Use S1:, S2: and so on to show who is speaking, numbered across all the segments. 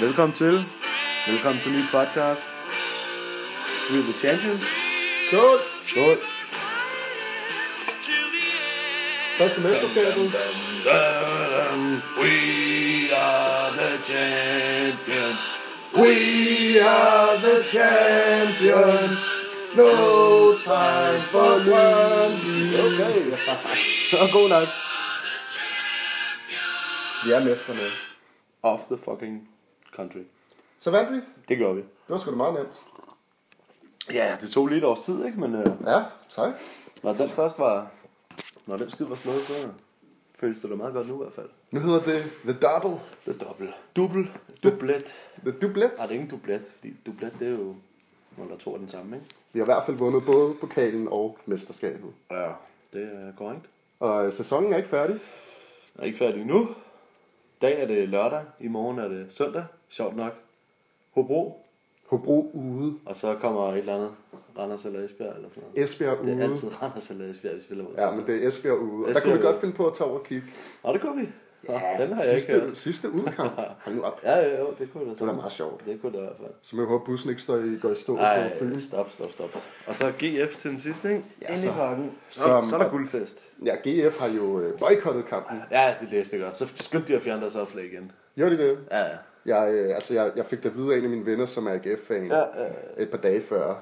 S1: Velkommen til. Velkommen til en ny podcast. We are the champions.
S2: Skål!
S1: Skål.
S2: Først til mesterskabet.
S1: We are the champions.
S2: We are the champions. No time for one.
S1: Okay. Og god nok.
S2: Vi er mesterne.
S1: Off the fucking country.
S2: Så vandt vi.
S1: Det gjorde vi.
S2: Det var sgu da meget nemt.
S1: Ja, det tog lige et års tid, ikke? Men øh,
S2: Ja, tak.
S1: når den først var... Når den skid var slået, så føles det da meget godt nu i hvert fald.
S2: Nu hedder det The Double.
S1: Det er dobbelt. Dubbel. Dublet.
S2: The Dublet.
S1: Nej, det er ikke en dublet, fordi dublet, det er jo, når der er to af den samme, ikke?
S2: Vi har i hvert fald vundet både pokalen og mesterskabet.
S1: Ja. Det er korrekt.
S2: Og øh, sæsonen er ikke færdig.
S1: Jeg er ikke færdig endnu. I dag er det lørdag, i morgen er det søndag, sjovt nok. Hobro,
S2: Hobro ude.
S1: og så kommer et eller andet Randers eller Esbjerg eller sådan noget.
S2: Esbjerg ude.
S1: Det er altid Randers eller Esbjerg, vi spiller mod.
S2: Mm. Ja, men det er Esbjerg ude. Og der
S1: Esbjerg
S2: kunne vi
S1: ude.
S2: godt finde på at tage over og kigge.
S1: Nå, det kunne vi. Nå, den har jeg ikke
S2: sidste,
S1: hørt.
S2: sidste udkamp. Hold nu op.
S1: Ja, ja, jo, det kunne da.
S2: Det var da meget sjovt.
S1: Det kunne det i hvert fald.
S2: Så må jeg håbe, bussen ikke står i, går i stå
S1: Ej,
S2: på Fyn.
S1: stop, stop, stop. Og så GF til den sidste, ikke? Ja, Inde
S2: så-
S1: i parken. Så,
S2: som-
S1: så er der guldfest.
S2: Ja, GF har jo øh, boykottet kampen.
S1: Ja, det læste jeg godt. Så skyndte de at fjerne deres opslag igen.
S2: Jo, det er det.
S1: Ja, ja.
S2: Jeg, øh, altså, jeg, jeg fik det videre af en af mine venner, som er AGF-fan, ja, et par dage før.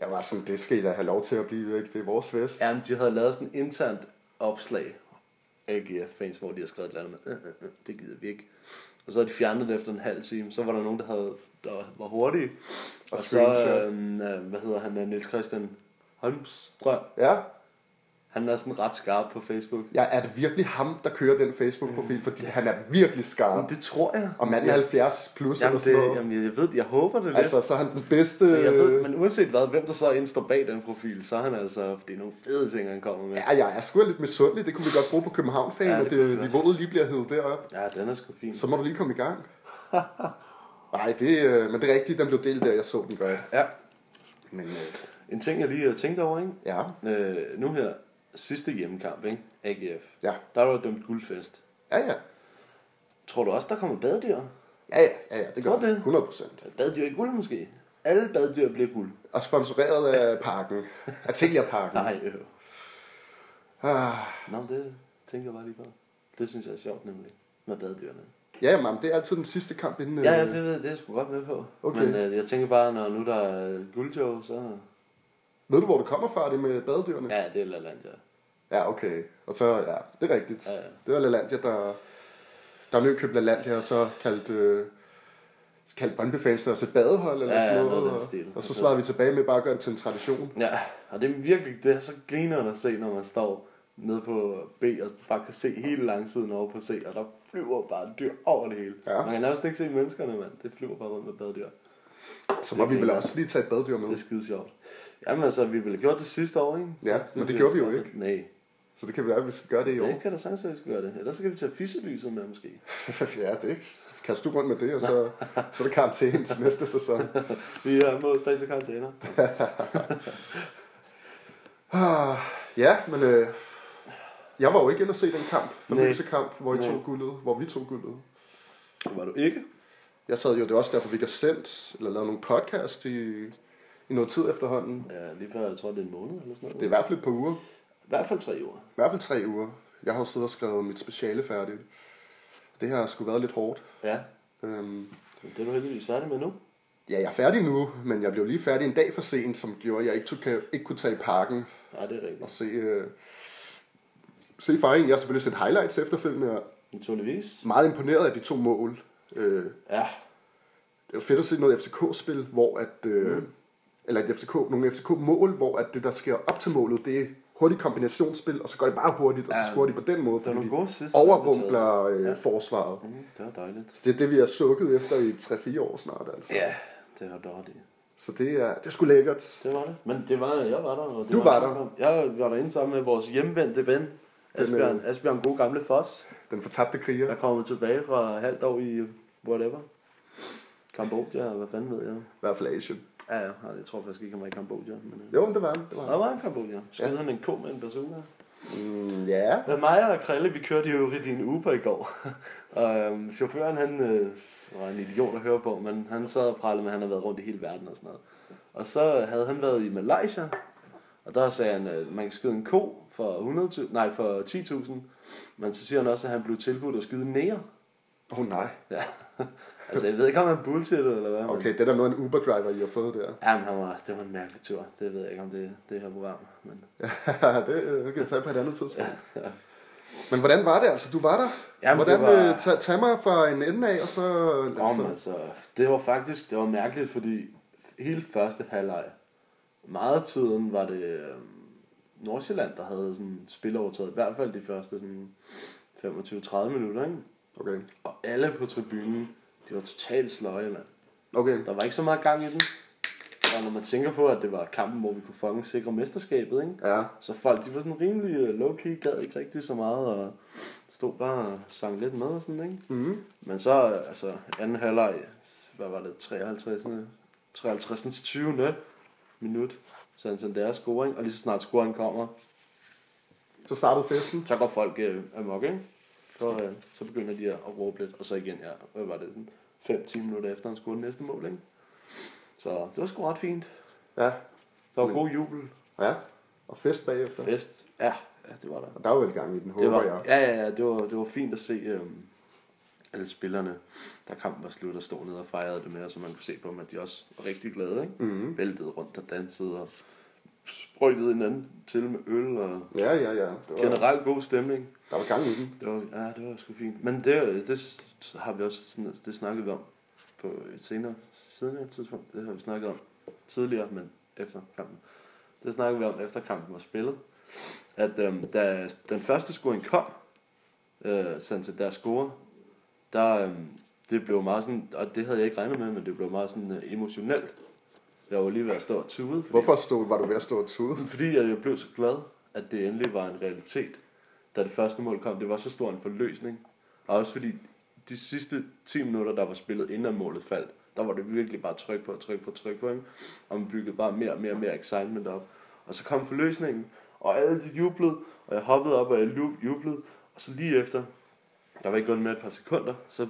S2: Jeg var sådan, det skal I da have lov til at blive, ikke? Det er vores fest.
S1: Jamen, de havde lavet sådan et internt opslag, AGF-fans, hvor de har skrevet et eller andet med, øh, øh, øh, det gider vi ikke. Og så havde de fjernet det efter en halv time, så var der nogen, der, havde, der var hurtige. Og, og så,
S2: screenshot.
S1: øhm, øh, hvad hedder han, øh, Niels Christian Holmstrøm,
S2: Ja,
S1: han er sådan ret skarp på Facebook.
S2: ja, er det virkelig ham, der kører den Facebook-profil? Fordi han er virkelig skarp.
S1: Mm. Det tror jeg.
S2: Og manden er
S1: Jeg-
S2: 70 plus
S1: jamen,
S2: eller sådan
S1: det,
S2: noget.
S1: jamen, jeg ved, jeg håber det lidt.
S2: altså, øh, så er han den bedste...
S1: Men jeg ved, men uanset hvad, hvem der så end står bag den profil, så er han altså, det er nogle fede ting, han kommer med.
S2: Ja, jeg er sgu lidt misundelig. Det kunne vi godt bruge på København-fan,
S1: Ja,
S2: ja,
S1: det
S2: at
S1: kunne vi
S2: det,
S1: godt.
S2: niveauet lige bliver hævet derop.
S1: Ja, den er sgu fin.
S2: Så må du lige komme i gang. Nej, det, øh, men det er rigtigt, den blev delt der, jeg så den godt.
S1: Ja,
S2: Men øh,
S1: en ting, jeg lige har tænkt over, ikke?
S2: ja,
S1: Øh, nu her, sidste hjemmekamp, ikke? AGF.
S2: Ja.
S1: Der var dømt guldfest.
S2: ja, ja.
S1: Tror du også, der kommer baddyr?
S2: Ja, ja, ja, ja det gør
S1: Tror det.
S2: det. 100%.
S1: Baddyr i guld måske? Alle baddyr bliver guld.
S2: Og sponsoreret af parken. Atelier-parken.
S1: Nej, øh.
S2: Ah,
S1: Nå, men det tænker jeg bare lige på. Det synes jeg er sjovt nemlig, med baddyrene.
S2: ja, men det er altid den sidste kamp inden...
S1: Ja, ja,
S2: øh,
S1: det, ved jeg- det er jeg sgu godt med på.
S2: Okay.
S1: Men øh, jeg tænker bare, når nu der er guldshow, så...
S2: Ved du, hvor det kommer fra, det med badedyrene?
S1: Ja, det er Laland, ja.
S2: ja, okay. Og så, ja, det er rigtigt.
S1: Ja, ja.
S2: Det var Lalandia, der... Der nødt købt Lalandia, og så kaldt... Øh, kaldt Brøndby-fans deres et badehold eller
S1: Ja, ja,
S2: sådan noget.
S1: noget af den
S2: og,
S1: stil.
S2: og så svarede vi tilbage med bare at gøre det til en tradition.
S1: Ja, og det er virkelig, det er så grinerende at se, når man står nede på B og bare kan se hele langsiden over på C, og der flyver bare dyr over det hele.
S2: Ja.
S1: Man kan nærmest ikke se menneskerne, mand. Det flyver bare rundt med baddyr.
S2: Så må
S1: Det
S2: vi vel
S1: griner.
S2: også lige tage et badedyr
S1: Det er
S2: med.
S1: skide sjovt. Jamen altså, vi ville have gjort det sidste år, ikke?
S2: Ja, men det
S1: bliver
S2: gjorde vi jo
S1: stoppet. Nej,
S2: Så det kan vi være, at vi skal gøre det i
S1: jo.
S2: år.
S1: det kan da sagtens være, at vi skal gøre det. Ellers så kan vi tage fisselyset med, måske.
S2: ja, det er ikke. Kast du rundt med det, og så, så er det karantæne til næste sæson.
S1: Vi er mod stadig til karantæner.
S2: Ah, ja, men øh, jeg var jo ikke inde og se den kamp, famøse kamp, hvor I
S1: Nej.
S2: to guldet, hvor vi to guldet.
S1: Det var du ikke.
S2: Jeg sad jo, det var også derfor, vi ikke har sendt, eller lavet nogle podcast i, i noget tid efterhånden.
S1: Ja, lige før, jeg tror, det er en måned eller sådan noget.
S2: Det er i hvert fald et par uger.
S1: I hvert fald tre uger.
S2: I hvert fald tre uger. Jeg har jo siddet og skrevet mit speciale færdigt. Det har sgu været lidt hårdt.
S1: Ja,
S2: Øhm,
S1: men det er du heldigvis færdig med nu.
S2: ja, jeg er færdig nu, men jeg blev lige færdig en dag for sent, som gjorde, at jeg ikke, tog, ikke kunne tage i parken
S1: Nej, det er
S2: og
S1: rigtigt.
S2: se, øh, se fejringen. Jeg har selvfølgelig set highlights efterfølgende, og
S1: Naturligvis.
S2: meget imponeret af de to mål. Øh,
S1: Ja,
S2: det var fedt at se noget FCK-spil, hvor at... Øh, mm. Eller et FCK, nogle FCK-mål, hvor at det, der sker op til målet, det er hurtigt kombinationsspil, og så går det bare hurtigt, og så
S1: Ja,
S2: scorer de på den måde,
S1: var nogle
S2: fordi
S1: gode sidst,
S2: de
S1: der blev
S2: overrumpler øh,
S1: Ja.
S2: ja. forsvaret.
S1: mm, det var dejligt.
S2: Det er det, vi har sukket efter i 3-4 år snart, altså.
S1: Ja, det var dårligt.
S2: Så det er, det er sgu lækkert.
S1: Det var det. Men det var, jeg var der. Og det
S2: Du var der.
S1: en- Jeg var derinde sammen med vores hjemvendte ven, Asbjørn, Asbjørn God Gamle Foss,
S2: Den fortabte kriger.
S1: der kommer tilbage fra halvt år i whatever. Kambodja, hvad fanden ved jeg.
S2: I hvert fald Asien.
S1: Ja, ja, jeg tror faktisk ikke, han var i Kambodja. Men, øh.
S2: Jo, men det var han. Det var
S1: Der
S2: han.
S1: var en Kambodja. Skød ja. han en ko med en bazooka?
S2: Mm, ja.
S1: Ja, Øh, mig og Krille, vi kørte jo i en Uber i går. og øhm, chaufføren, han øh, var en idiot at høre på, men han sad og prallede med, at han havde været rundt i hele verden og sådan noget. Og så havde han været i Malaysia, og der sagde han, at man kan skyde en ko for, 100, nej, for 10.000, men så siger han også, at han blev tilbudt at skyde en nære.
S2: Åh oh, nej.
S1: Ja. altså, jeg ved ikke, om han bullshittede eller hvad. men-
S2: Okay, det er der noget af en Uber-driver, I har fået der.
S1: Jamen, han var, det var en mærkelig tur. Det ved jeg ikke, om det, det er her program. Men,
S2: det øh, kan vi tage på et andet tidspunkt.
S1: ja.
S2: Men hvordan var det altså? Du var der.
S1: Jamen, det
S2: hvordan
S1: var-
S2: øh, tag, tag mig fra en ende af, og så...
S1: Om,
S2: så
S1: altså, det var faktisk det var mærkeligt, fordi hele første halvleg, meget af tiden var det øh, Nordsjælland, der havde sådan spilovertaget, i hvert fald de første sådan 25-30 minutter, ikke?
S2: okay.
S1: Og alle på tribunen, de var totalt sløje, mand.
S2: Okay.
S1: Der var ikke så meget gang i den. Og når man tænker på, at det var kampen, hvor vi kunne fucking sikre mesterskabet, ikke?
S2: Ja.
S1: Så folk, de var sådan rimelig øh, low-key, gad ikke rigtig så meget, og stod bare og sang lidt med og sådan, ikke?
S2: Mm.
S1: Men så, øh, altså, anden halvleg, hvad var det, 53. 53. 20. minut, så han sendte deres scoring, og lige så snart scoringen kommer,
S2: Så startede festen.
S1: så går folk øh, amok, ikke? Så, øh, så begynder de at at råbe lidt, og så igen, ja, hvad var det, sådan 5-10 minutter efter, han scorede næste mål, ikke? Så det var sgu ret fint.
S2: Ja.
S1: Der var
S2: Men-
S1: god jubel,
S2: Ja. Og fest bagefter.
S1: fest, ja, ja det var der.
S2: Og der var vel gang i den, håber
S1: Det var,
S2: jeg.
S1: ja, ja, ja, det var, det var fint at se øhm, alle spillerne, der kampen var slut og stod ned og fejrede det med, og så man kunne se på dem, at de også var rigtig glade, ikke?
S2: Mhm.
S1: Væltede rundt og dansede og sprøjtede hinanden til med øl og
S2: Ja, ja, ja. Det var,
S1: generelt god stemning.
S2: der var gang i den.
S1: Det var, ja, det var sgu fint. Men det, det s- har vi også sådan, det snakket vi om på et senere siden tidspunkt. Det har vi snakket om tidligere, men efter kampen. Det snakkede vi om efter kampen var spillet. At øhm, da den første scoring kom, øh, sådan til deres score, der, øhm, det blev meget sådan, og det havde jeg ikke regnet med, men det blev meget sådan øh, emotionelt. Jeg var lige ved at stå og tude. fordi-
S2: Hvorfor stod, var du ved at stå og tude?
S1: fordi at jeg blev så glad, at det endelig var en realitet, da det første mål kom. Det var så stor en forløsning. Og også fordi de sidste 10 minutter, der var spillet, inden målet faldt, der var det virkelig bare tryk på, tryk på, tryk på. Ikke? Og man byggede bare mere og mere og mere excitement op. Og så kom forløsningen, og alle de jublede, og jeg hoppede op, og jeg lu- jublede. Og så lige efter, der var ikke gået med et par sekunder, så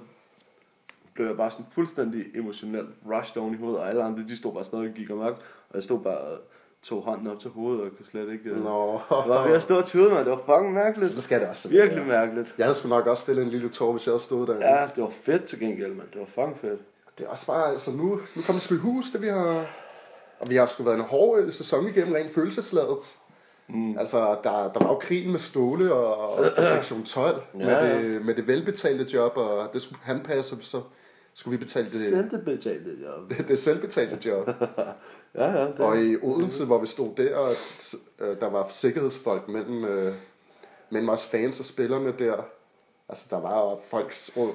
S1: blev jeg bare sådan fuldstændig emotionelt rushed oven i hovedet, og alle andre, de stod bare stadig og gik amok, og jeg stod bare og tog hånden op til hovedet, og kunne slet ikke... øh,
S2: Nå.
S1: Jeg var ved at stå og tude, mand. Det var fucking mærkeligt.
S2: Så skal det også.
S1: Virkelig
S2: være.
S1: mærkeligt.
S2: Jeg havde sgu nok også spillet en lille tår, hvis jeg havde stået der.
S1: Ja, det var fedt til gengæld, mand. Det var fucking fedt.
S2: Det er også bare, altså nu, nu kommer vi sgu i hus, det vi har... Og vi har sgu været en hård øh, sæson igennem rent følelsesladet. Mm. Altså, der, der var jo krigen med Ståle og, og sektion 12 ja, med,
S1: ja.
S2: det, med det velbetalte job, og det skulle han passe, og så skulle vi betale det,
S1: Selvbetalt, det job.
S2: det, det selvbetalte job.
S1: Ja, ja. Det.
S2: Og i Odense, hvor vi stod der, og t- øh, der var sikkerhedsfolk mellem, øh, mellem os fans og spillerne der. Altså, der var jo folk, der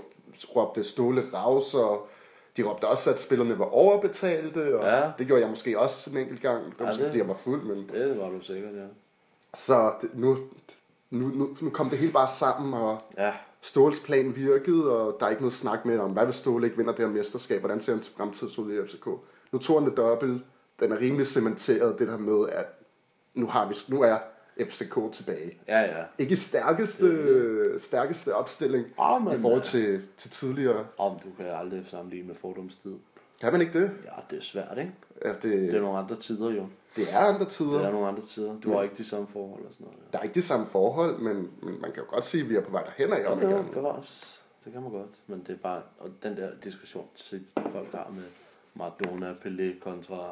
S2: råbte ståle raus, og de råbte også, at spillerne var overbetalte, og
S1: Ja.
S2: ja. det gjorde jeg måske også en enkelt gang. Det
S1: Ja,
S2: var ja, måske,
S1: det-
S2: fordi jeg var fuld, men...
S1: det var du sikkert, ja.
S2: Så det, nu, nu, nu, nu kom det hele bare sammen, og
S1: Ja,
S2: Ståles plan virkede, og der er ikke noget snak med om, hvad hvis Ståle ikke vinder det her mesterskab, hvordan ser hans fremtid ud i FCK? Nu tog han det dobbelt, den er rimelig cementeret, det der med, at nu, har vi, nu er FCK tilbage.
S1: ja, ja.
S2: Ikke i stærkeste, øh, stærkeste opstilling
S1: Ah, men,
S2: i forhold
S1: ja.
S2: til, til tidligere.
S1: Om du kan aldrig sammenligne med fordomstid.
S2: Kan man ikke det?
S1: Ja, det er svært, ikke?
S2: Ja,
S1: Det er
S2: det,
S1: nogle andre tider, jo.
S2: det er andre
S1: Det er
S2: tider.
S1: nogle andre tider. Du har ikke de samme forhold og sådan noget.
S2: Der er ikke de samme forhold, men, men man kan jo godt sige, at vi er på vej derhen af, om
S1: Ja,
S2: ikke
S1: det bevares. Det kan man godt. Men det er bare, og den der diskussion, som folk har med Maradona, Pelé kontra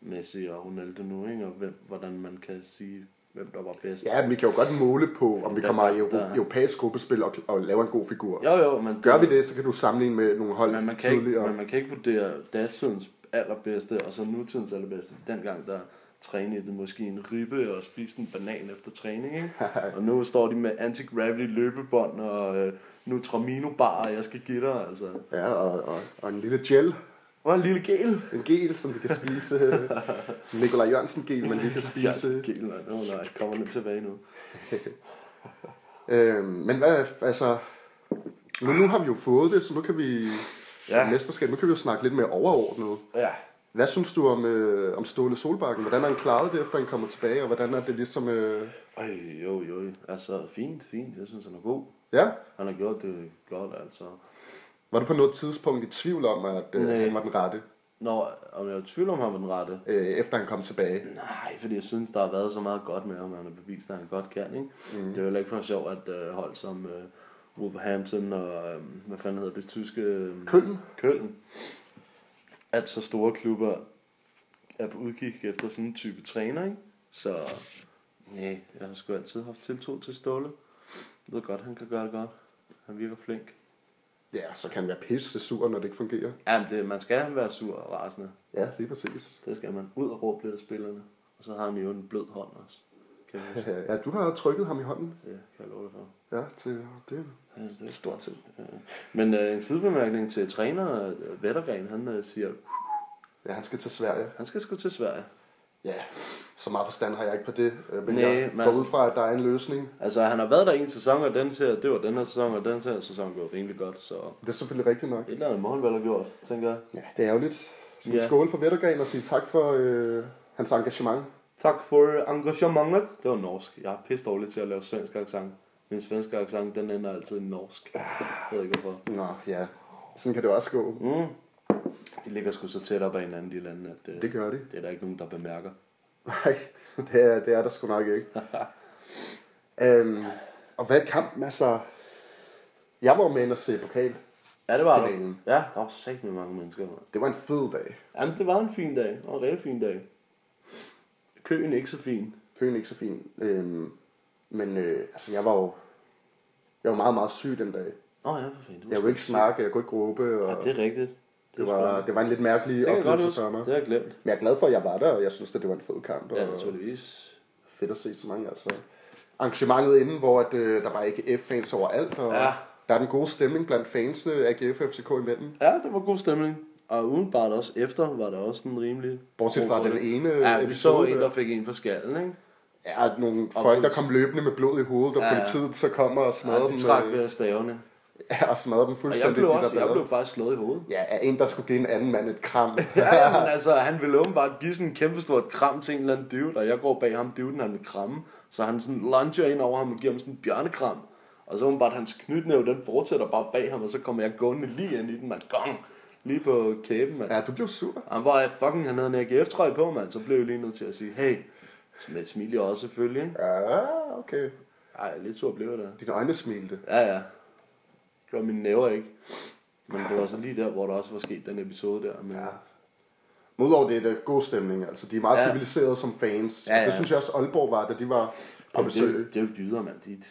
S1: Messi og Ronaldo nu, ikke? og hvem, hvordan man kan sige, hvem der var bedst.
S2: Ja, men vi kan jo godt måle på, om vi
S1: Der-
S2: kommer
S1: der-
S2: i euro- europæisk gruppespil og, og laver en god figur.
S1: Jo, jo, men
S2: Gør vi det, så kan du sammenligne med nogle hold
S1: Men man, kan ikke,
S2: tidligere.
S1: men man kan ikke vurdere datidens allerbedste, og så nutidens allerbedste. Dengang der trænede de måske en ribbe og spiste en banan efter træning, ikke? og nu står de med anti-gravity løbebånd og øh, Nutramino bar, og jeg skal give dig, altså.
S2: Ja, og, og, og en lille gel.
S1: Og en lille gel.
S2: En gel, som vi kan spise. Nikolaj Jørgensen gel, man lige kan spise.
S1: Gel, nej, oh, nej, kommer den tilbage nu.
S2: Øhm, men hvad, altså... Nu, nu har vi jo fået det, så nu kan vi... ja.
S1: Ja.
S2: mesterskab. Nu kan vi jo snakke lidt mere overordnet.
S1: Ja.
S2: Hvad synes du om, øh, om Ståle Solbakken? Hvordan har han klaret det, efter han kommer tilbage? Og hvordan er det ligesom... Øh,
S1: Øj, jo, jo. Altså, fint, fint. Jeg synes, han er god.
S2: ja?
S1: Han har gjort det godt, altså.
S2: Var du på noget tidspunkt i tvivl om, at øh,
S1: Nej.
S2: han var den rette,
S1: Nå, om jeg er i tvivl om, han var den rette?
S2: øh, efter han kom tilbage?
S1: Nej, fordi jeg synes, der har været så meget godt med ham, og han har bevist, at han godt kan. Ikke? Mm. Det er jo heller ikke for sjov, at øh, hold som øh, Wolverhampton og, øh, hvad fanden hedder det, tyske... Øh,
S2: Køln?
S1: Køln. At så store klubber er på udkig efter sådan en type træner, ikke? Så nej, jeg har sgu altid haft tiltro til Ståle. Jeg ved godt, han kan gøre det godt. Han virker flink.
S2: Ja, så kan han være pisse sur, når det ikke fungerer.
S1: Jamen, det, man skal være sur og rasende.
S2: Ja, lige præcis.
S1: Det skal man. Ud og råbe lidt af spillerne. Og så har han jo en blød hånd også. Kan jeg huske.
S2: Øh, Ja, du har trykket ham i hånden.
S1: Det kan jeg love dig for.
S2: Ja, til, det er
S1: Ja, det er
S2: en stor ting.
S1: Men øh, en sidebemærkning til træner øh, Vettergren, han øh, siger,
S2: Ja, han skal til Sverige.
S1: han skal sgu til Sverige.
S2: Ja, så meget forstand har jeg ikke på det. øh, Men
S1: Næ,
S2: Nej, jeg
S1: men
S2: går
S1: altså-
S2: ud fra, at der er en løsning.
S1: Altså, han har været der en sæson, og den ser, det var den her sæson, og den her sæson går rimelig godt, så et
S2: Det er selvfølgelig rigtigt nok.
S1: eller andet må han vel have gjort, tænker jeg.
S2: Ja, det er ærgerligt. Så vi
S1: Ja.
S2: skåle for Vettergren og sige tak for øh, hans engagement.
S1: Tak for engagementet. Det var norsk. Jeg er pisse dårlig til at lave svensk accent. Min svenske accent, den ender altid i norsk. Jeg ved ikke hvorfor.
S2: Nå, ja. Sådan kan det også gå.
S1: Mm. De ligger sgu så tæt op ad hinanden, de lande, at øh,
S2: Det gør de.
S1: det er der ikke nogen, der bemærker.
S2: Nej, det er, det er der sgu nok ikke. øhm, og hvad er kampen? Altså, jeg var med ind og se pokal.
S1: Ja, det var der.
S2: Finalen.
S1: Ja, der var sagt med mange mennesker. Man.
S2: Det var en fed dag.
S1: Jamen, det var en fin dag. Det var en rigtig fin dag. Køen ikke så fin.
S2: Køen er ikke så fin. Øhm, men øh, altså, jeg var jo jeg var meget, meget syg den dag.
S1: Åh oh, ja, for fanden.
S2: Jeg kunne ikke snakke, jeg kunne ikke råbe,
S1: Ja,
S2: og
S1: det er rigtigt. Det,
S2: det,
S1: er sgu
S2: var, det var en lidt mærkelig
S1: Det kan jeg godt huske.
S2: oplevelse for mig.
S1: Det har jeg glemt.
S2: Men jeg er glad for, at jeg var der, og jeg synes, at det var en fed kamp. Og
S1: Ja, naturligvis.
S2: fedt at se så mange. Altså. Arrangementet inden, hvor at, øh, der var AGF-fans overalt, og
S1: Ja.
S2: der er den gode stemning blandt fansene, AGF og FCK imellem.
S1: Ja, det var god stemning. Og udenbart også efter var der også en rimelig...
S2: Bortset fra
S1: god
S2: den
S1: runde.
S2: ene
S1: Ja, vi så
S2: episode
S1: en,
S2: der.
S1: der fik en for skallen, ikke?
S2: Ja, nogle
S1: Og
S2: folk, der
S1: politi-
S2: kom løbende med blod i hovedet, og
S1: Ja, ja.
S2: politiet så kommer og
S1: Ja,
S2: smadrer
S1: de trak
S2: dem, øh,
S1: øh, stavene.
S2: ja, og smadrer
S1: Og
S2: dem
S1: jeg
S2: fuldstændig.
S1: blev,
S2: de der
S1: også, jeg
S2: baller.
S1: blev faktisk slået i hovedet.
S2: Ja, af en, der skulle give en anden mand et kram.
S1: Ja, ja, men altså, han ville åbenbart give sådan en kæmpestort kram til en eller anden dude, og jeg går bag ham, duden han vil kramme, så han sådan luncher ind over ham og giver ham sådan en bjørnekram. Og så åbenbart hans knytnæve, den fortsætter bare bag ham, og så kommer jeg gående lige ind i den, mand. Gong! Lige på kæben, mand.
S2: ja, du blev sur.
S1: Han var fucking, han havde en AGF-trøje på, mand. Så blev jeg lige nødt til at sige, hey, med et smil i øjet selvfølgelig, ikke?
S2: Ja, okay.
S1: Ej, lidt sur blev jeg da.
S2: Dine øjne smilte.
S1: Ja, ja. Det var mine næver, ikke? Men det var så lige der, hvor der også var sket den episode der. Men... Ja.
S2: Men udover det, det er god stemning. Altså, de er meget ja.
S1: Ja.
S2: civiliserede som fans. Ja,
S1: Ja,
S2: ja.
S1: ja.
S2: Det synes jeg også Aalborg var, da de var på
S1: Jamen,
S2: besøg.
S1: Det, det er jo dyder, mand. De,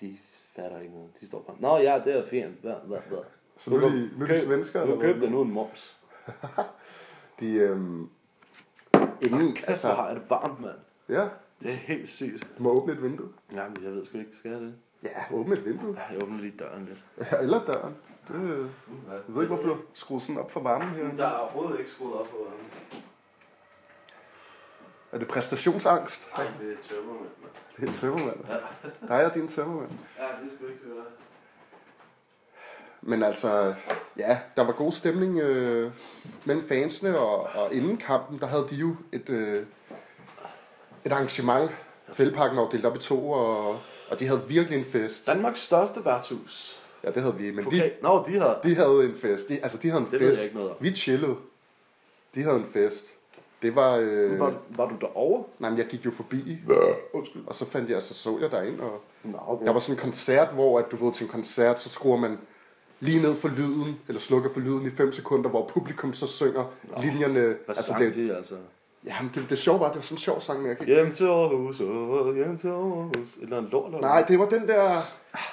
S1: de fatter ikke noget. De står bare, nå ja, det er ferien. Hvad, hvad, hvad?
S2: Så nu er de- nu er de svenskere, eller
S1: Nu
S2: hvad?
S1: køb dig nu en moms.
S2: De, øhm, inden,
S1: Altså,
S2: altså,
S1: har jeg det varmt, mand. Altså-
S2: ja,
S1: Det er helt sygt.
S2: du må åbne et vindue.
S1: Jamen, jeg ved sgu ikke, skal jeg det?
S2: Ja, åbne et vindue.
S1: Jeg åbner lige døren lidt.
S2: Eller døren. Det, jeg ved ikke, hvorfor du skruer sådan op for varmen her.
S1: Der er overhovedet ikke skruet op på varmen.
S2: Er det præstationsangst?
S1: Nej, det er tømmermænd, mand.
S2: Det er en tømmermand. Dig og din tømmermand.
S1: Ja, det skulle ikke være.
S2: Men altså, ja, der var god stemning øh, mellem fansene, og, og inden kampen, der havde de jo et, øh, et arrangement. Fældeparken var jo delt op i to, og, og de havde virkelig en fest.
S1: Danmarks største værtshus.
S2: Ja, det havde vi, men de,
S1: Okay. Nå, de har...
S2: de havde en fest. De, altså, de havde en
S1: Det ved
S2: fest.
S1: jeg ikke noget om.
S2: Vi chillede. De havde en fest. Det var... Øh,
S1: Var, var du derovre?
S2: nej, men jeg gik jo forbi,
S1: Undskyld.
S2: og så fandt jeg, så så jeg derind, og...
S1: Nå, okay.
S2: Der var sådan en koncert, hvor at du ved til en koncert, så skruer man lige ned for lyden, eller slukker for lyden i 5 sekunder, hvor publikum så synger linjerne.
S1: Hvad altså, sang det...
S2: det,
S1: de, altså?
S2: jamen, det, det sjove var, at det var sådan en sjov sang, men jeg kan ikke...
S1: Hjem til Aarhus, åh, hjem til Aarhus. Et Eller en lort, eller
S2: Nej, det var den der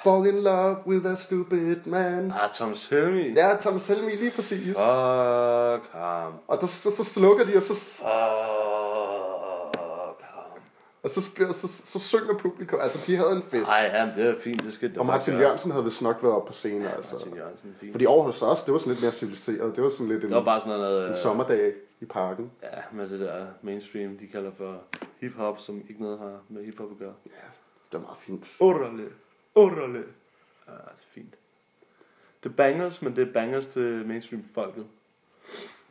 S2: Fall in love with a stupid man.
S1: Ah, Thomas Helmi.
S2: Ja, Tom Selmi lige præcis.
S1: Ah. Fuck ham.
S2: Og der, så, så slukker de, og så,
S1: Fuck ham.
S2: og så, spiller- så, så, så synger publikum. Altså, de havde en fest.
S1: Ej, jamen, det er fint, det skal det
S2: Og Martin
S1: gøre.
S2: Jørgensen havde vist nok været op på scenen, altså.
S1: Martin Jørgensen, fint. Fordi...
S2: Fordi over hos os, det var sådan lidt mere civiliseret. Det var sådan lidt en,
S1: Det var bare sådan noget...
S2: en
S1: Øh,
S2: sommerdag i parken.
S1: ja, med det der mainstream, de kalder for hip-hop, som ikke noget har med hip-hop at gøre.
S2: Ja, det var meget fint.
S1: Orale. Orale. Ja, det er fint. Det er bangers, men det er bangers til mainstream-folket.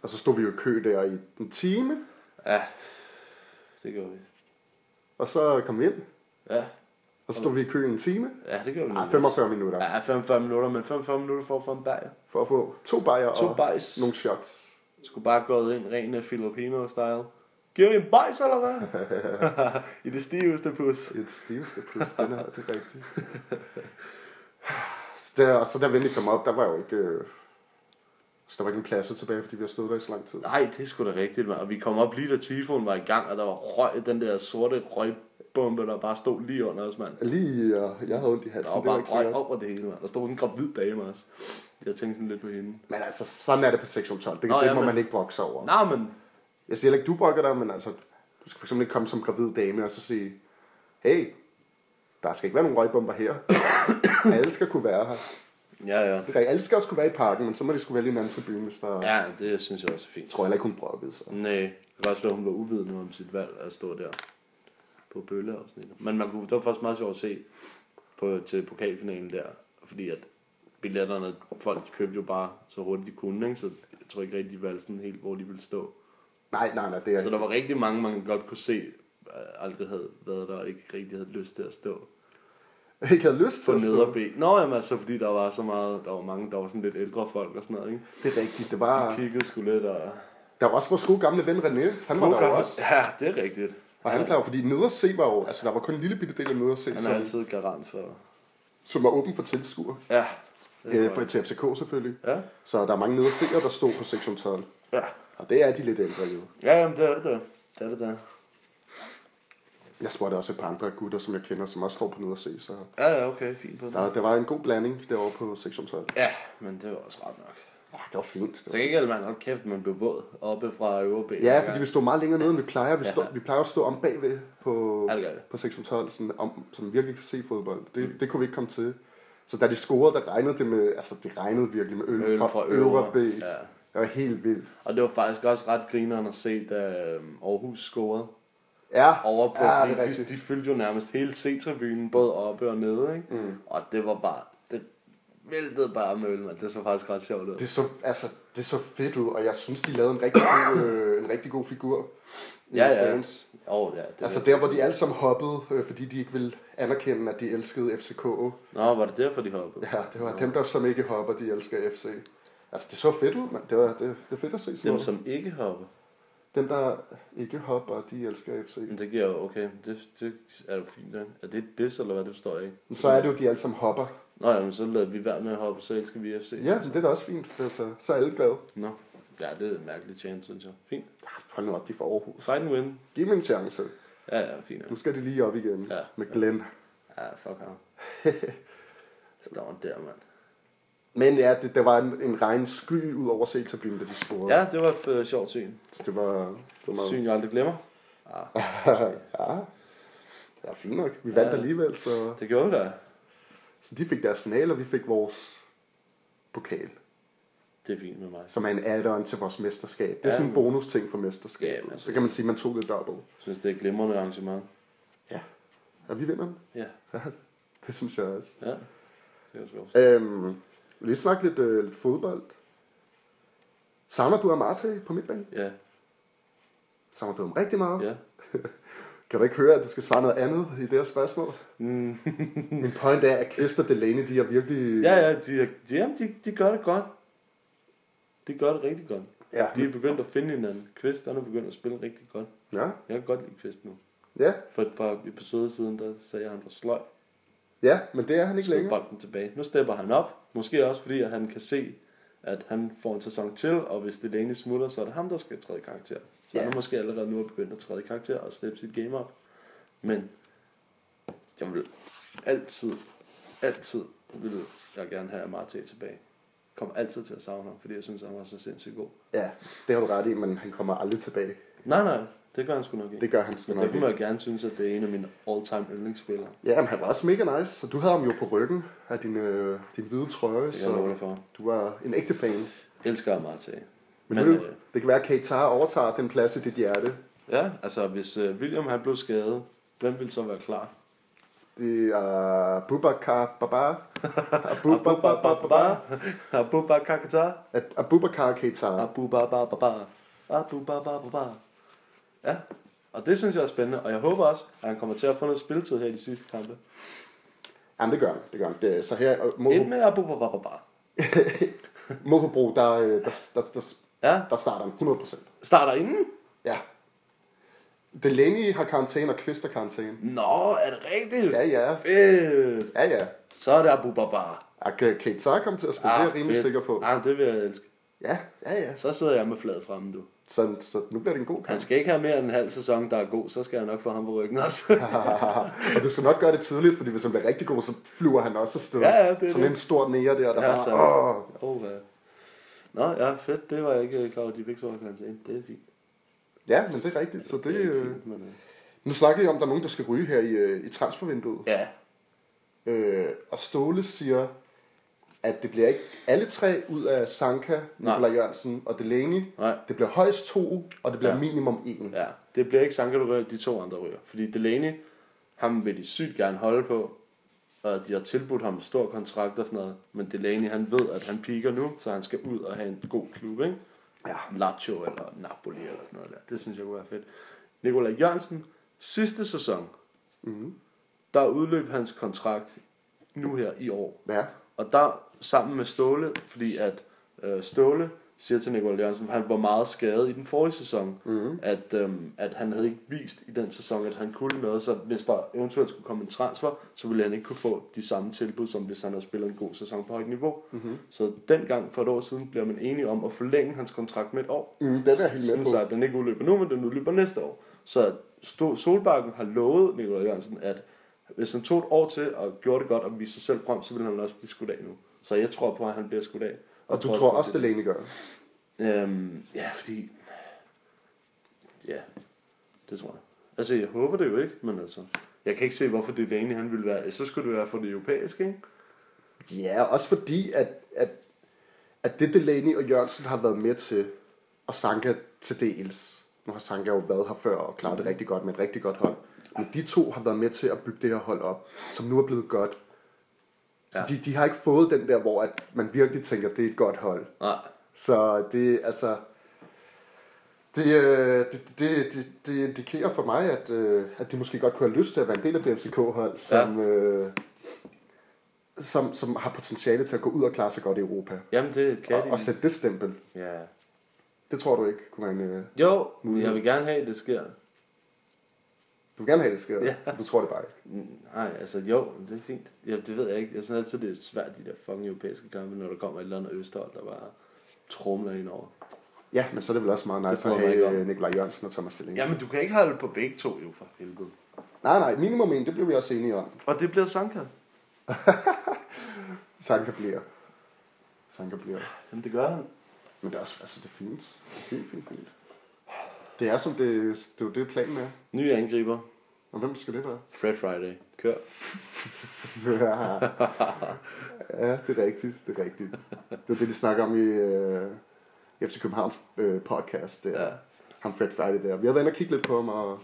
S2: Og så stod vi jo i kø der i en time,
S1: Ja, det gjorde vi.
S2: og så kom vi ind,
S1: Ja,
S2: og så stod vi i kø i en time.
S1: ja det gjorde vi.
S2: Ej,
S1: nemlig.
S2: 45 minutter
S1: Ja, 45 minutter, men 45 minutter for at få en bajer.
S2: for at få to bajer
S1: To
S2: og
S1: bajs.
S2: nogle shots.
S1: Skulle bare gået ind ren Filipino-style. Giver I en bajs, eller hvad? I det stiveste pus.
S2: Et stiveste plus, den her, det er rigtigt. Så der, og så da Vendig kom op, der var jo ikke... Øh, så der var ikke en plads tilbage, fordi vi har stået der i så lang tid.
S1: Nej, det er sgu da rigtigt, mand. Og vi kom op lige da Tifon var i gang, og der var røg, den der sorte røgbombe, der bare stod lige under os, mand.
S2: Lige, øh, jeg havde ondt i
S1: Der
S2: halsen,
S1: var
S2: det var
S1: bare
S2: ikke så
S1: røg
S2: godt.
S1: over det hele, mand. Der stod en gravid dame også. Jeg tænkte sådan lidt på hende.
S2: Men altså, sådan er det på sektion 12. Det,
S1: Nå,
S2: det
S1: ja,
S2: må
S1: men-
S2: man ikke brokke sig over.
S1: Nej, men
S2: Jeg siger heller ikke, du brokker dig, men altså, du skal fx ikke komme som gravid dame og så sige, hey, der skal ikke være nogen røgbomber her. alle skal kunne være her.
S1: ja, ja.
S2: Det er rigtigt. Alle skal også kunne være i parken, men så må de skulle vælge en anden tribune, hvis der... Ja.
S1: Ja, det synes jeg også er
S2: Jeg
S1: fint.
S2: tror heller ikke, hun brokkede sig.
S1: Nej, det kan også være, hun var uvidende om sit valg at stå der på bølle og sådan noget. Men man kunne, det var faktisk meget sjovt at se på, til pokalfinalen der, fordi at billetterne, folk de købte jo bare så hurtigt de kunne, ikke? så jeg tror ikke rigtig, de valgte sådan helt, hvor de ville stå.
S2: Nej, nej, nej, det er...
S1: Så der var rigtig mange, man godt kunne se, øh, aldrig havde været der, og ikke rigtig havde lyst til at stå
S2: ikke havde lyst til
S1: på
S2: at stå.
S1: nederben. Nå, jamen altså, fordi der var så meget, der var mange, der var sådan lidt ældre folk og sådan noget, ikke?
S2: Det er rigtigt. Det
S1: De
S2: var...
S1: kiggede sgu lidt og...
S2: Der var også vores gode gamle ven René. Han var der jo også.
S1: Ja, det er rigtigt.
S2: Og han plejer fordi Nederse C var jo... Altså, der var kun en lille bitte del af Nederse C,
S1: Han er altså-
S2: som,
S1: altid garant for...
S2: som var åben for tilskuer.
S1: Ja.
S2: Øh, for til FCK selvfølgelig.
S1: Ja.
S2: Så der er mange Nederse C'er, der stod på sektion 12.
S1: Ja,
S2: Og det er de lidt ældre jo.
S1: ja jamen, det er det der. Det er det der.
S2: Jeg spurgte også et par andre gutter, som jeg kender, som også står på Nederse C, så...
S1: Ja, ja, okay, fint på det.
S2: Der, der var en god blanding derovre på sektion 12.
S1: Ja, men det var også ret nok.
S2: Ja, det var fint. Det
S1: Så
S2: var...
S1: ikke alle man hold kæft, man blev våd oppe fra øvre ben.
S2: Ja, fordi vi stod meget længere nede, end vi plejer. Vi, stod, vi plejer at stå om bagved på,
S1: Ja, det gør vi.
S2: på sektion 12, sådan, om, så man virkelig kan se fodbold. Det, det kunne vi ikke komme til. Så da de scorede, der regnede det med, altså det regnede virkelig med øl,
S1: Øl
S2: fra,
S1: fra øvre,
S2: øvre B.
S1: ja.
S2: Det var helt vildt.
S1: Og det var faktisk også ret grineren at se, da øhm, Aarhus scorede
S2: Ja,
S1: over på,
S2: ja,
S1: ja,
S2: Ah, det er
S1: fordi de,
S2: rigtigt.
S1: de fyldte jo nærmest hele C-tribunen, både oppe og nede, ikke? Mm. Og det var bare, det væltede bare med øl, mand. Det så faktisk ret sjovt ud.
S2: Det så, altså, det så fedt ud, og jeg synes, de lavede en rigtig god, øh, en rigtig god figur. i
S1: ja, ja.
S2: Fans.
S1: Oh, ja, det
S2: Altså der, hvor de alle sammen hoppede, øh, fordi de ikke ville anerkende, at de elskede FCK.
S1: Nå, var det derfor, de hoppede?
S2: Ja, det var dem, der som ikke hopper, de elsker FC. Altså, det så fedt ud, mand. Det, var, det, det er fedt at se sådan
S1: Dem,
S2: noget.
S1: som ikke hopper.
S2: Dem, der ikke hopper, de elsker FC.
S1: Men det giver jo, okay, det, det er jo fint, ikke? Er det et diss, eller hvad, det forstår jeg ikke.
S2: Men så er det jo, de alle sammen hopper.
S1: Nå, jamen, så lader vi være med at hoppe, så elsker vi FC.
S2: Ja, men det er da også fint. Altså, så er alle glade.
S1: Nå, ja, det er et mærkeligt chance, synes jeg. Fint.
S2: Hold nu op, de er fra Aarhus.
S1: Fight and win.
S2: Giv dem en chance.
S1: Ja, ja, fint. Ja,
S2: Nu skal de lige op igen
S1: Ja.
S2: med Glenn.
S1: ja fuck ham. så der var han der, mand.
S2: Men ja, det, der var en, en regn sky ud over C-tribunen, da de scorede.
S1: Ja, det var et øh, sjovt syn.
S2: Så det var, det var meget...
S1: Syn, jeg aldrig glemmer. Ja,
S2: ja. ja, fint nok. Vi vandt alligevel, så,
S1: det gjorde vi da.
S2: så de fik deres finale, og vi fik vores pokal.
S1: Det er fint med mig.
S2: som er en add-on til vores mesterskab. Det er
S1: Ja.
S2: sådan en bonus ting for
S1: Ja,
S2: mesterskabet.
S1: men altså-
S2: så kan man sige, at man tog det dobbelt.
S1: Jeg synes, det er et glimrende arrangement.
S2: Ja. Og vi vinder den.
S1: Ja,
S2: Det synes jeg også.
S1: ja. Det er også godt.
S2: Øhm, vil lige snakke lidt, øh, lidt fodbold. Savner du Amate på midtbanen?
S1: Ja,
S2: Savner du ham rigtig meget?
S1: ja.
S2: Kan du ikke høre, at du skal svare noget andet i det her spørgsmål?
S1: Mm.
S2: Min point er, at Kvist og Delaney, de har virkelig...
S1: Ja, ja, de, er- jamen, de, de gør det godt. De gør det rigtig godt.
S2: Ja.
S1: De er begyndt at finde hinanden. Kvist, han er begyndt at spille rigtig godt.
S2: Ja.
S1: Jeg kan godt lide Kvist nu.
S2: Ja.
S1: For et par episoder siden, der sagde jeg, at han var sløj.
S2: ja, men det er han ikke
S1: Skød
S2: længere.
S1: bolden tilbage. Nu stepper han op. Måske også fordi, at han kan se, at han får en sæson til, og hvis det længe smutter, så er det ham, der skal træde i karakter. Så
S2: Ja.
S1: han er måske allerede nu begyndt at træde i karakter og steppe sit game op. Men jeg vil altid, altid vil jeg gerne have Amarte tilbage. Jeg kommer altid til at savne ham, fordi jeg synes, han var så sindssygt god.
S2: Ja, det har du ret i, men han kommer aldrig tilbage.
S1: Nej, nej, det gør han sgu nok ikke.
S2: Det gør han sgu
S1: Men
S2: nok
S1: derfor må
S2: ikke.
S1: jeg gerne synes, at det er en af mine all-time yndlingsspillere.
S2: Ja, men han var også mega nice, så du havde ham jo på ryggen af din, øh, din hvide trøje,
S1: Det kan jeg love
S2: så
S1: dig for.
S2: du var en ægte fan.
S1: elsker Amarte.
S2: Men,
S1: Men,
S2: nu,
S1: øh,
S2: det kan være, at Keita overtager den plads i dit hjerte.
S1: ja, altså hvis øh, William han blev skadet, hvem ville så være klar?
S2: de er Bubakar Baba. Abubakar Baba.
S1: Abubakar Katar.
S2: Abubakar Keita.
S1: Abubakar Baba. Abubakar Baba. Ja, og det synes jeg er spændende, og jeg håber også, at han kommer til at få noget spilletid her i de sidste kampe.
S2: Jamen, det gør han. Det gør han. Det, er- så her, og Moho,
S1: Ind med Abubakar Baba.
S2: Mohobro, der, øh, der, der, der,
S1: Ja,
S2: der starter han 100%.
S1: starter inden.
S2: Ja. Delaney har karantæne, og Kvist har karantæne.
S1: Nå, er det rigtigt?
S2: Ja, ja.
S1: Fedt.
S2: Ja, ja.
S1: Så er det Abubakar.
S2: Og Keita kommer til at spille, ah, det er jeg rimelig
S1: fedt.
S2: sikker på.
S1: Ah, det vil jeg elske.
S2: Ja, ja, ja.
S1: Så sidder jeg med flad fremme, du.
S2: Så, så nu bliver det en god kamp.
S1: Han skal ikke have mere end en halv sæson, der er god, så skal jeg nok få ham på ryggen også.
S2: og du skal nok gøre det tidligt, fordi hvis han bliver rigtig god, så flyver han også afsted.
S1: Ja, ja, det er
S2: Som
S1: det.
S2: en stor nære der, der
S1: Ja,
S2: ja, bare...
S1: så-
S2: Åh.
S1: oh, ja. Nå, ja, fedt. Det var jeg ikke øh, klar over, at de begge to har karantæne. Det er fint.
S2: Ja, men det er rigtigt. Så det,
S1: Det er
S2: øh...
S1: fint, men, øh,
S2: Nu snakker jeg om, at der er nogen, der skal ryge her i, øh, i transfervinduet.
S1: ja.
S2: Øh, og Ståle siger, at det bliver ikke alle tre ud af Sanka, Nikolaj Jørgensen og Delaney.
S1: Nej.
S2: Det bliver højst to, og det bliver
S1: Ja.
S2: ja. minimum en.
S1: ja. Det bliver ikke Sanka, du ryger, de to andre ryger. Fordi Delaney, ham vil de sygt gerne holde på. Og de har tilbudt ham en stor kontrakt og sådan noget. Men Delaney, han ved, at han piker nu, så han skal ud og have en god klub, ikke?
S2: Ja.
S1: Lazio eller Napoli eller sådan noget der. Det synes jeg kunne være fedt. Nikolaj Jørgensen, sidste sæson, mm-hmm. der udløb hans kontrakt nu her i år.
S2: Ja.
S1: Og der sammen med Ståle, fordi at øh, Ståle siger til Nikolaj Jørgensen, at han var meget skadet i den forrige sæson,
S2: Mhm.
S1: mm-hmm. at, øhm, at han havde ikke vist i den sæson, at han kunne noget, så hvis der eventuelt skulle komme en transfer, så ville han ikke kunne få de samme tilbud, som hvis han havde spillet en god sæson på højt niveau.
S2: Mhm.
S1: Mm-hmm. Så dengang for et år siden bliver man enige om at forlænge hans kontrakt med et år.
S2: Mm, den er jeg helt
S1: Sådan
S2: med
S1: så,
S2: på.
S1: at den ikke udløber nu, men den udløber næste år. Så Sto- Solbakken har lovet Nikolaj Jørgensen, at hvis han tog et år til og gjorde det godt og viste sig selv frem, så ville han også blive skudt af nu. Så jeg tror på, at han bliver skudt af.
S2: Og du tror også, Delaney gør. det.
S1: Øhm, ja, fordi... Ja, det tror jeg. Altså, jeg håber det jo ikke, men altså... Jeg kan ikke se, hvorfor det egentlig han ville være... Så skulle det være for det europæiske, ikke?
S2: Ja, også fordi, at, at, at det Delaney og Jørgensen har været med til, og Sanka til dels, nu har Sanka jo været her før og klaret det rigtig godt med et rigtig godt hold, men de to har været med til at bygge det her hold op, som nu er blevet godt. Så
S1: Ja.
S2: ja. de, de har ikke fået den der, hvor at man virkelig tænker, det er et godt hold.
S1: Nej.
S2: Så det, altså, det, øh, det, det, det, det indikerer for mig, at, øh, at de måske godt kunne have lyst til at være en del af det FCK-hold, som, øh, som, som har potentiale til at gå ud og klare sig godt i Europa.
S1: Jamen, det kan
S2: Og,
S1: de.
S2: og sætte det stempel.
S1: Ja.
S2: Det tror du ikke kunne være en... Øh,
S1: Jo, jeg vil gerne have, at det sker.
S2: du vil gerne have, det sker.
S1: Ja.
S2: Du tror det bare ikke.
S1: Mm, Nej, altså jo, det er fint. Ja, det ved jeg ikke. Jeg synes altid, det er svært, de der fucking europæiske kampe, når der kommer et eller andet Østhold, der bare trumler ind over.
S2: Ja, men så er det vel også meget nice
S1: bryder
S2: at
S1: jeg mig ikke om.
S2: have øh, Nikolaj Jørgensen og Thomas Stilling.
S1: Jamen, du kan ikke holde på begge to, jo for helvede.
S2: Nej, nej, minimum en, det bliver vi også enige om.
S1: Og det bliver Sanka.
S2: Sanka bliver. Sanka bliver.
S1: Jamen, det gør han.
S2: Men det er også, altså, det er fint. Fint, fint, fint. Det er som det, det er jo det planen er.
S1: Ny angriber.
S2: Og hvem skal det være?
S1: Fred Friday. Kør.
S2: ja, det er rigtigt, det er rigtigt. Det er det, de snakker om i øh, FC Københavns øh, podcast. Der.
S1: Ja.
S2: Ja. Ham Fred Friday der. Vi har været inde og kigge lidt på ham, og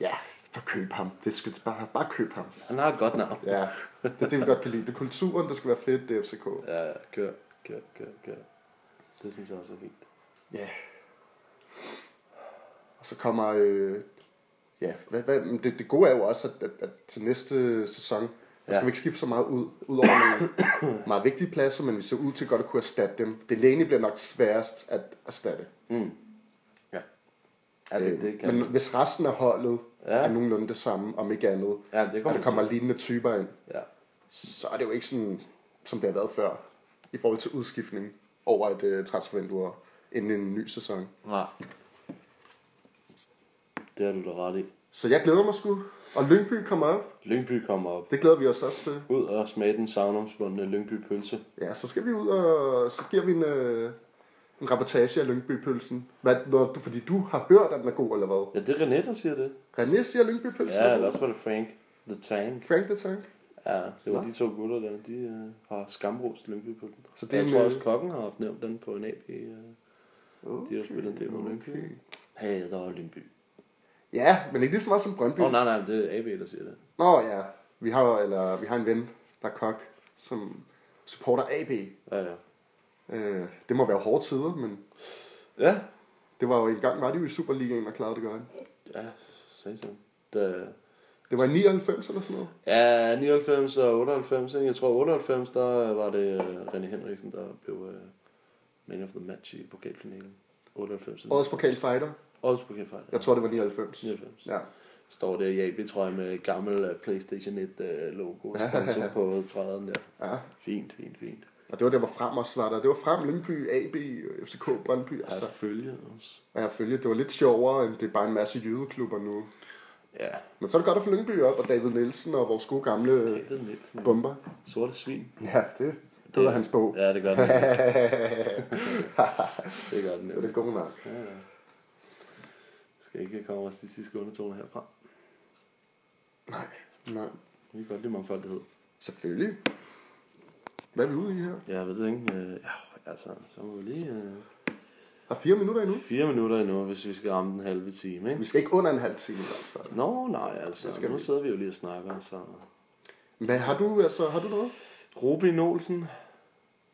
S2: ja, bare køb ham. Det skal bare, bare køb ham.
S1: Han har et godt navn.
S2: Ja, det er det, vi godt kan lide. Det er kulturen, der skal være fedt, det er FCK.
S1: Ja, ja. kør, kør, kør, kør. Det synes jeg også er fint.
S2: Ja. Og så kommer... Øh, ja, hvad, hvad, men det, det gode er jo også, at, at, at til næste sæson, der skal
S1: Ja.
S2: vi ikke skifte så meget ud, ud over nogle meget vigtige pladser, men vi ser ud til godt at kunne erstatte dem. Delaney bliver nok sværest at erstatte.
S1: Ja. Ja, det,
S2: Øh,
S1: det
S2: men
S1: kan man.
S2: hvis resten af holdet
S1: Ja.
S2: ja. er nogenlunde det samme, om ikke andet,
S1: Ja, det kommer
S2: og
S1: til.
S2: der kommer lignende typer ind,
S1: Ja.
S2: så er det jo ikke sådan, som det har været før, i forhold til udskiftning over et øh, transfervindue og inden en ny sæson.
S1: Nej. Det har du da ret i.
S2: Så jeg glæder mig sgu. Og Lyngby kommer op.
S1: Lyngby kommer op.
S2: Det glæder vi os også til.
S1: Ud og smage den savnomsbundne Lyngby pølse.
S2: Ja, så skal vi ud og så giver vi en, øh, en rapportage af Lyngby-pølsen. Hvad, når, du- fordi du har hørt, at den er god, eller hvad?
S1: Ja, det er René, der siger det.
S2: René siger Lyngby-pølsen.
S1: Ja, eller også var det Frank The Tank.
S2: Frank the Tank.
S1: Ja, det var
S2: Nå.
S1: de to gutter der, de øh, har skamrost Lyngby på den. Så
S2: Så
S1: det
S2: det
S1: jeg
S2: er
S1: tror
S2: med-
S1: også, kokken har haft nævnt den på en AB. Øh, de har spillet en del mod Lyngby.
S2: okay.
S1: Hey, der var Lyngby.
S2: Ja, men ikke lige så meget som Brøndby.
S1: Åh, oh, nej, nej, det er AB, der siger det.
S2: Nå ja. Vi har, jo- eller, vi har en ven, der er kok, som supporter AB.
S1: Ja, ja.
S2: Øh, det må være hårde tider, men
S1: Ja,
S2: det var jo en gang, var de jo i Superligaen og klarede det godt.
S1: ja, satan. Det,
S2: Det var i 99 eller sådan noget.
S1: ja, 99 og 98, ikke? jeg tror 98, der var det øh, René Henriksen, der blev øh, man of the match i pokalfinalen. 98.
S2: Årets pokalfighter.
S1: Også pokalfinalen.
S2: Jeg tror, det var 99.
S1: 99.
S2: Ja.
S1: Står der i AB, tror jeg, med et gammel øh, Playstation 1 øh, logo, sponsor på træden der.
S2: ja.
S1: Fint, fint, fint.
S2: Og det var der, hvor Frem også var der. Det var Frem, Lyngby, AB, FCK, Brøndby.
S1: Altså.
S2: Altså.
S1: Jeg følger også.
S2: Og jeg følger, det var lidt sjovere, end det er bare en masse jødeklubber nu.
S1: Ja,
S2: Men så er det godt at få Lyngby op, og David Nielsen og vores gode gamle øh,
S1: David Nielsen.
S2: bomber.
S1: Sorte svin.
S2: Ja, det, det hedder hans bog.
S1: Ja, det gør den. det gør den.
S2: Det er det gode nok.
S1: Skal ikke komme også de sidste undertoner herfra.
S2: Nej. Nej.
S1: Vi kan godt lide mangfoldighed.
S2: Selvfølgelig. Hvad er vi ude i her?
S1: Jeg ved ikke, øh, ja, altså, så må vi lige øh,
S2: Der er fire minutter endnu.
S1: fire minutter endnu, hvis vi skal ramme den halve time,
S2: Vi
S1: ikke?
S2: skal ikke under en halv time i hvert fald.
S1: Nå, nej, altså,
S2: Det skal
S1: nu
S2: vi.
S1: sidder vi jo lige og snakker, så...
S2: Hvad har du, altså, har du noget?
S1: Robin Olsen,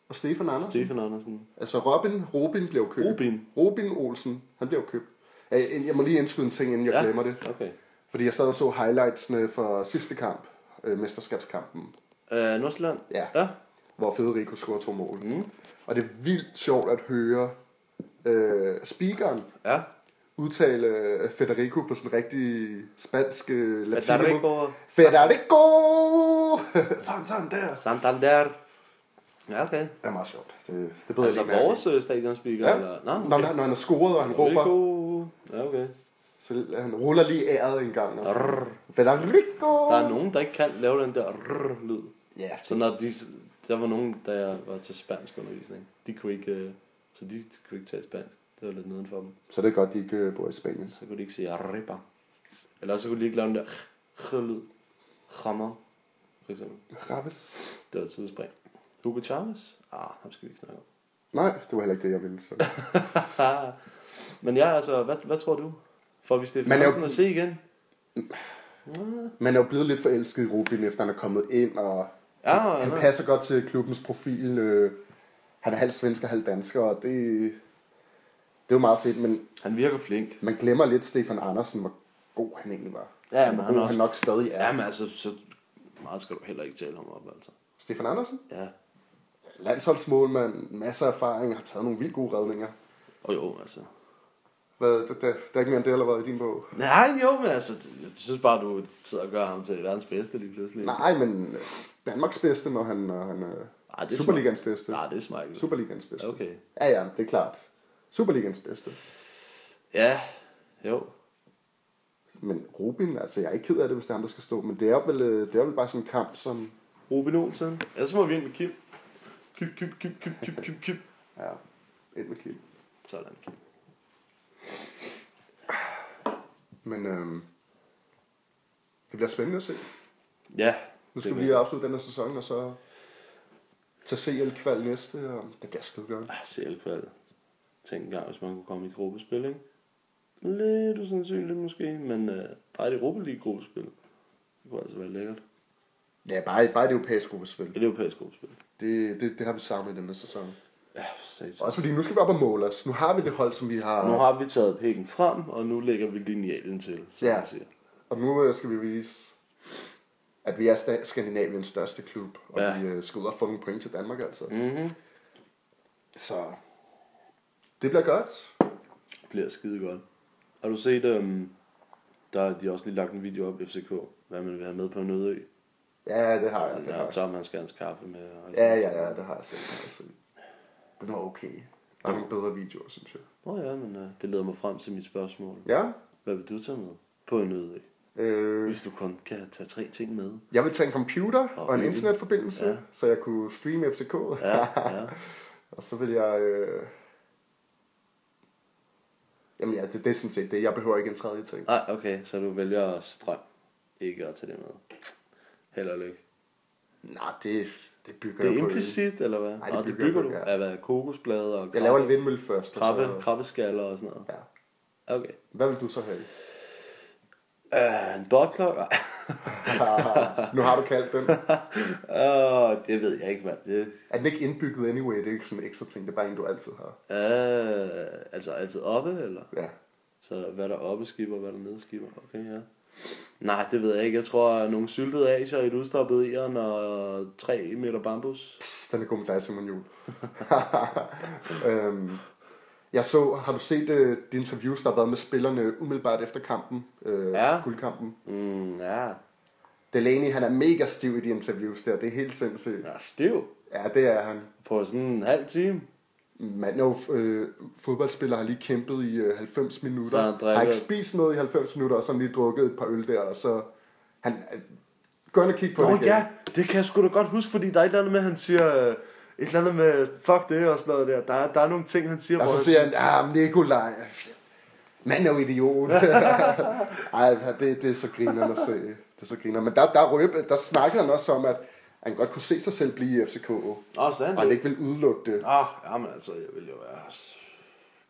S2: Og Stefan Andersen?
S1: Stefan Andersen.
S2: Altså Robin, Robin blev købt.
S1: Robin?
S2: Robin Olsen, han blev købt. Øh, en- Jeg må lige indskyde en ting, inden jeg ja. glemmer det.
S1: Okay.
S2: Fordi jeg sad og så highlightsene fra sidste kamp, øh, mesterskabskampen,
S1: Øh, Nordsjælland?
S2: Ja.
S1: ja.
S2: hvor Federico scorede to mål. Mm. Og det er vildt sjovt at høre øh, speakeren
S1: Ja.
S2: udtale øh, Federico på sådan en rigtig spansk øh, latino.
S1: Federico.
S2: Federico! sådan, sådan der.
S1: Santander. Ja, okay.
S2: Det er meget sjovt. Det, det beder
S1: Altså
S2: jeg lige mærke i.
S1: vores øh, stadionspeaker,
S2: Ja.
S1: eller? Nå,
S2: Når, når han har scoret, og han råber,
S1: Rico. Ja, okay.
S2: så han ruller lige æret en gang. Og så, Federico!
S1: Der er nogen, der ikke kan lave den der rrr-lyd.
S2: Ja,
S1: Så når de, der var nogen, der jeg var til spansk undervisning, de kunne ikke, øh, så de kunne ikke tage spansk. Det var lidt neden for dem.
S2: så det er godt, de ikke øh, bor i Spanien.
S1: Så kunne de ikke sige arriba. Eller også så kunne de ikke lave den der rrr-lyd. Rammer, for eksempel.
S2: Raves.
S1: Det var et tidsspring. Hugo Chavez? Ah, ham skal vi ikke snakke om.
S2: Nej, det var heller ikke det, jeg ville. Så.
S1: Ah, men ja, altså, hvad, hvad tror du? Får vi Stefan
S2: Man er jo-
S1: Hansen at se igen?
S2: Man er jo blevet lidt forelsket i Rubin, efter han er kommet ind, og
S1: Ja, ja,
S2: han
S1: ja.
S2: passer godt til klubbens profil. øh. Han er halv svensker, halv dansker, og det, det er jo meget fedt, men
S1: Han virker flink.
S2: man glemmer lidt Stefan Andersen, hvor god han egentlig var.
S1: Ja, men
S2: han, hvor
S1: han
S2: god
S1: også-
S2: han nok stadig er.
S1: Ja,
S2: Ja,
S1: men altså, så meget skal du heller ikke tale ham op, altså.
S2: Stefan Andersen,
S1: Ja,
S2: landsholdsmålmand, masser af erfaring, har taget nogle vildt gode redninger.
S1: og jo, altså.
S2: Hvad, der, der, der er ikke mere end det, eller hvad, i din bog?
S1: Nej, jo, men altså, jeg synes bare, du sidder og gør ham til verdens bedste lige pludselig.
S2: Nej, men øh, Danmarks bedste, når han, når han er
S1: Ej, Ah, det er
S2: Superligans
S1: smart.
S2: bedste.
S1: Nej, det smager ikke.
S2: Superligans bedste.
S1: Okay.
S2: Ja, ja, det er klart. Superligans bedste.
S1: Ja, jo.
S2: Men Rubin, altså jeg er ikke ked af det, hvis det er ham, der skal stå. Men det er vel, øh, det er vel bare sådan en kamp, som...
S1: Robin Olsen. Ellers må vi ind med Kim. Kim, Kim, Kim, Kim, Kim, Kim, Kim.
S2: Ja, ind med Kim.
S1: Sådan, Kim.
S2: Men øhm, det bliver spændende at se.
S1: Ja.
S2: Nu
S1: det
S2: skal vi
S1: vil-
S2: lige afslutte den her sæson, og så tage CL kval næste, og det bliver skide godt.
S1: Ah, selvkvalget. Tænk engang, hvis man kunne komme i gruppespil, ikke? Lidt usandsynligt måske, men øh, bare et Europa League gruppespil. Det kunne altså være lækkert.
S2: Ja, bare, bare et europæisk gruppespil.
S1: Et europæisk gruppespil.
S2: Det, det, det har vi savnet i den her sæson.
S1: Ja, for satan.
S2: Også fordi nu skal vi op og måle os. Nu har vi det hold, som vi har.
S1: Nu har vi taget pikken frem, og nu lægger vi linjalen til, som
S2: Ja.
S1: man siger.
S2: Og nu øh, skal vi vise, at vi er sta- Skandinaviens største klub, og
S1: Ja.
S2: ja. vi øh, skal ud og få nogle point til Danmark altså.
S1: Mhm.
S2: Så det bliver godt.
S1: Det bliver skide godt. Har du set, øhm, der har de også lige lagt en video op, FCK, hvad man vil have med på en øde ø.
S2: Ja, det har jeg. Det
S1: Ja,
S2: har
S1: der
S2: jeg.
S1: tager man skal have hans kaffe med. Og alt
S2: Ja,
S1: sådan
S2: ja, ja, det har jeg set. Det har jeg set. Den var okay. Der er nogle bedre videoer, synes jeg.
S1: noget. Nå ja, men øh, det leder mig frem til mit spørgsmål.
S2: Ja.
S1: Hvad vil du tage med på en øde ø?
S2: Øh,
S1: Hvis du kun kan tage tre ting med.
S2: jeg vil tage en computer og en
S1: øl.
S2: internetforbindelse,
S1: Ja.
S2: ja. så jeg kunne streame FCK.
S1: Ja, ja.
S2: Og så vil jeg... Øh... Jamen ja, det, det er sådan set det. Jeg behøver ikke en tredje ting.
S1: Nej, okay, så du vælger strøm. Ikke at tage det med. Held og lykke.
S2: Nej, det, det bygger
S1: Det er
S2: jeg på.
S1: implicit, eller hvad? Nej,
S2: Nej, det
S1: det, Nå, det
S2: bygger
S1: bygger
S2: på
S1: du
S2: det, ja.
S1: af hvad? Kokosblade og
S2: Jeg laver en
S1: krabbe,
S2: vindmølle først. og
S1: krabbe,
S2: så-
S1: krabbeskaller og sådan noget.
S2: Ja.
S1: Okay.
S2: Hvad vil du så have?
S1: Øh, en bobklokke?
S2: nu har du kaldt den.
S1: Åh, det ved jeg ikke, mand. Det,
S2: Er den ikke indbygget anyway? Det er ikke sådan en ekstra ting, det er bare en, du altid har.
S1: øh, altså altid oppe, eller?
S2: Ja.
S1: Så hvad der oppe skipper, hvad der nede skipper. Okay, ja. Nej, det ved jeg ikke. Jeg tror, nogle syltede asier, et udstoppet æren og tre meter bambus.
S2: Psst, den er god med dig, Simon Juhl. øhm, jeg så, har du set øh, de interviews, der har været med spillerne umiddelbart efter kampen? Øh,
S1: Ja.
S2: Guldkampen.
S1: Mm, ja.
S2: Delaney, han er mega stiv i de interviews der. Det er helt sindssygt.
S1: Ja, stiv.
S2: Ja, det er han.
S1: På sådan en halv time.
S2: Manden er jo øh, fodboldspiller, har lige kæmpet i øh, 90
S1: Så han
S2: minutter.
S1: drikker-
S2: Har ikke spist noget i 90 minutter, og så har han lige drukket et par øl der, og så... Han, øh, gå ind og kig på
S1: Nå
S2: det igen.
S1: ja, det kan jeg sgu da godt huske, fordi der er et eller andet med, han siger... øh, Et eller andet med, fuck det og sådan noget der. Der er, der er nogle ting, han siger,
S2: Og så
S1: han-
S2: siger han, ah, Nikolaj, mand er jo idiot. Ej, det, det er så griner at se. Det er så griner. Men der, der, røbe, der snakkede han også om, at han godt kunne se sig selv blive i FCK. Og
S1: Nå, sagde
S2: han
S1: han det.
S2: ikke ville udelukke det.
S1: Ah, jamen altså, jeg ville jo være s-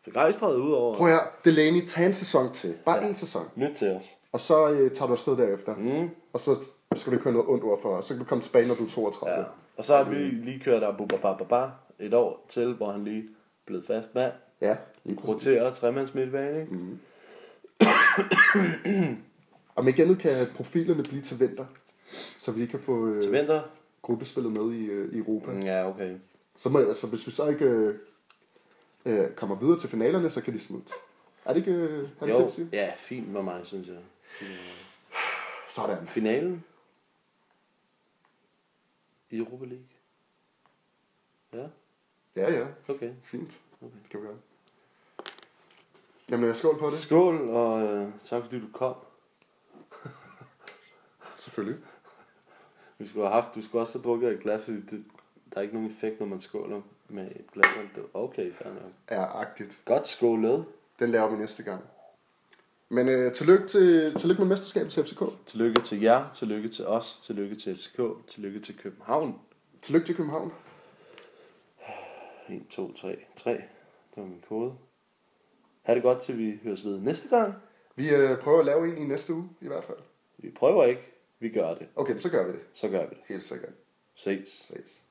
S1: begejstret udover.
S2: Prøv her, Delaney, tag en sæson til. Bare en sæson.
S1: Nyt til os.
S2: Og så øh, tager du afsted derefter. Mm. Og så skal du ikke høre noget ondt ord for os. Så kan du komme tilbage, når du er 32.
S1: Ja. Og så har vi lige kørt Abu Babababa et år til, hvor han lige blev fast mand.
S2: Ja, ja lige præcis.
S1: Roterer tremands midtbane, ikke?
S2: Mhm.
S1: Mm.
S2: Om ikke andet kan profilerne blive til vinter. Så vi kan få øh,
S1: Vinter?
S2: gruppespillet med i, øh, i Europa.
S1: Ja, okay.
S2: Så må, altså, hvis vi så ikke øh, øh, kommer videre til finalerne, så kan de smutte. Er det ikke, øh, er det, ikke det,
S1: Jo,
S2: vi siger?
S1: ja, fint med mig, synes jeg.
S2: Sådan.
S1: Finalen? I Europa League? Ja,
S2: Ja, ja.
S1: okay.
S2: Fint. Det kan vi gøre. Jamen, jeg skål på det.
S1: Skål, og øh, tak fordi du kom.
S2: Selvfølgelig.
S1: Vi skulle have haft, du skulle også have drukket et glas, fordi det, der er ikke nogen effekt, når man skåler med et glas. Okay, fair nok.
S2: Er agtigt.
S1: Godt skålet.
S2: Den laver vi næste gang. Men øh, tillykke, til, tillykke med mesterskabet til FCK.
S1: Tillykke til jer, tillykke til os, tillykke til FCK, tillykke til København.
S2: Tillykke til København.
S1: 1, 2, 3, 3. Det var min kode. Ha' det godt, til vi høres ved næste gang.
S2: Vi øh, prøver at lave en i næste uge, i hvert fald.
S1: Vi prøver ikke, vi gør det.
S2: Okay, så gør vi det.
S1: Så gør vi det.
S2: Helt sikkert.
S1: Ses.
S2: Ses.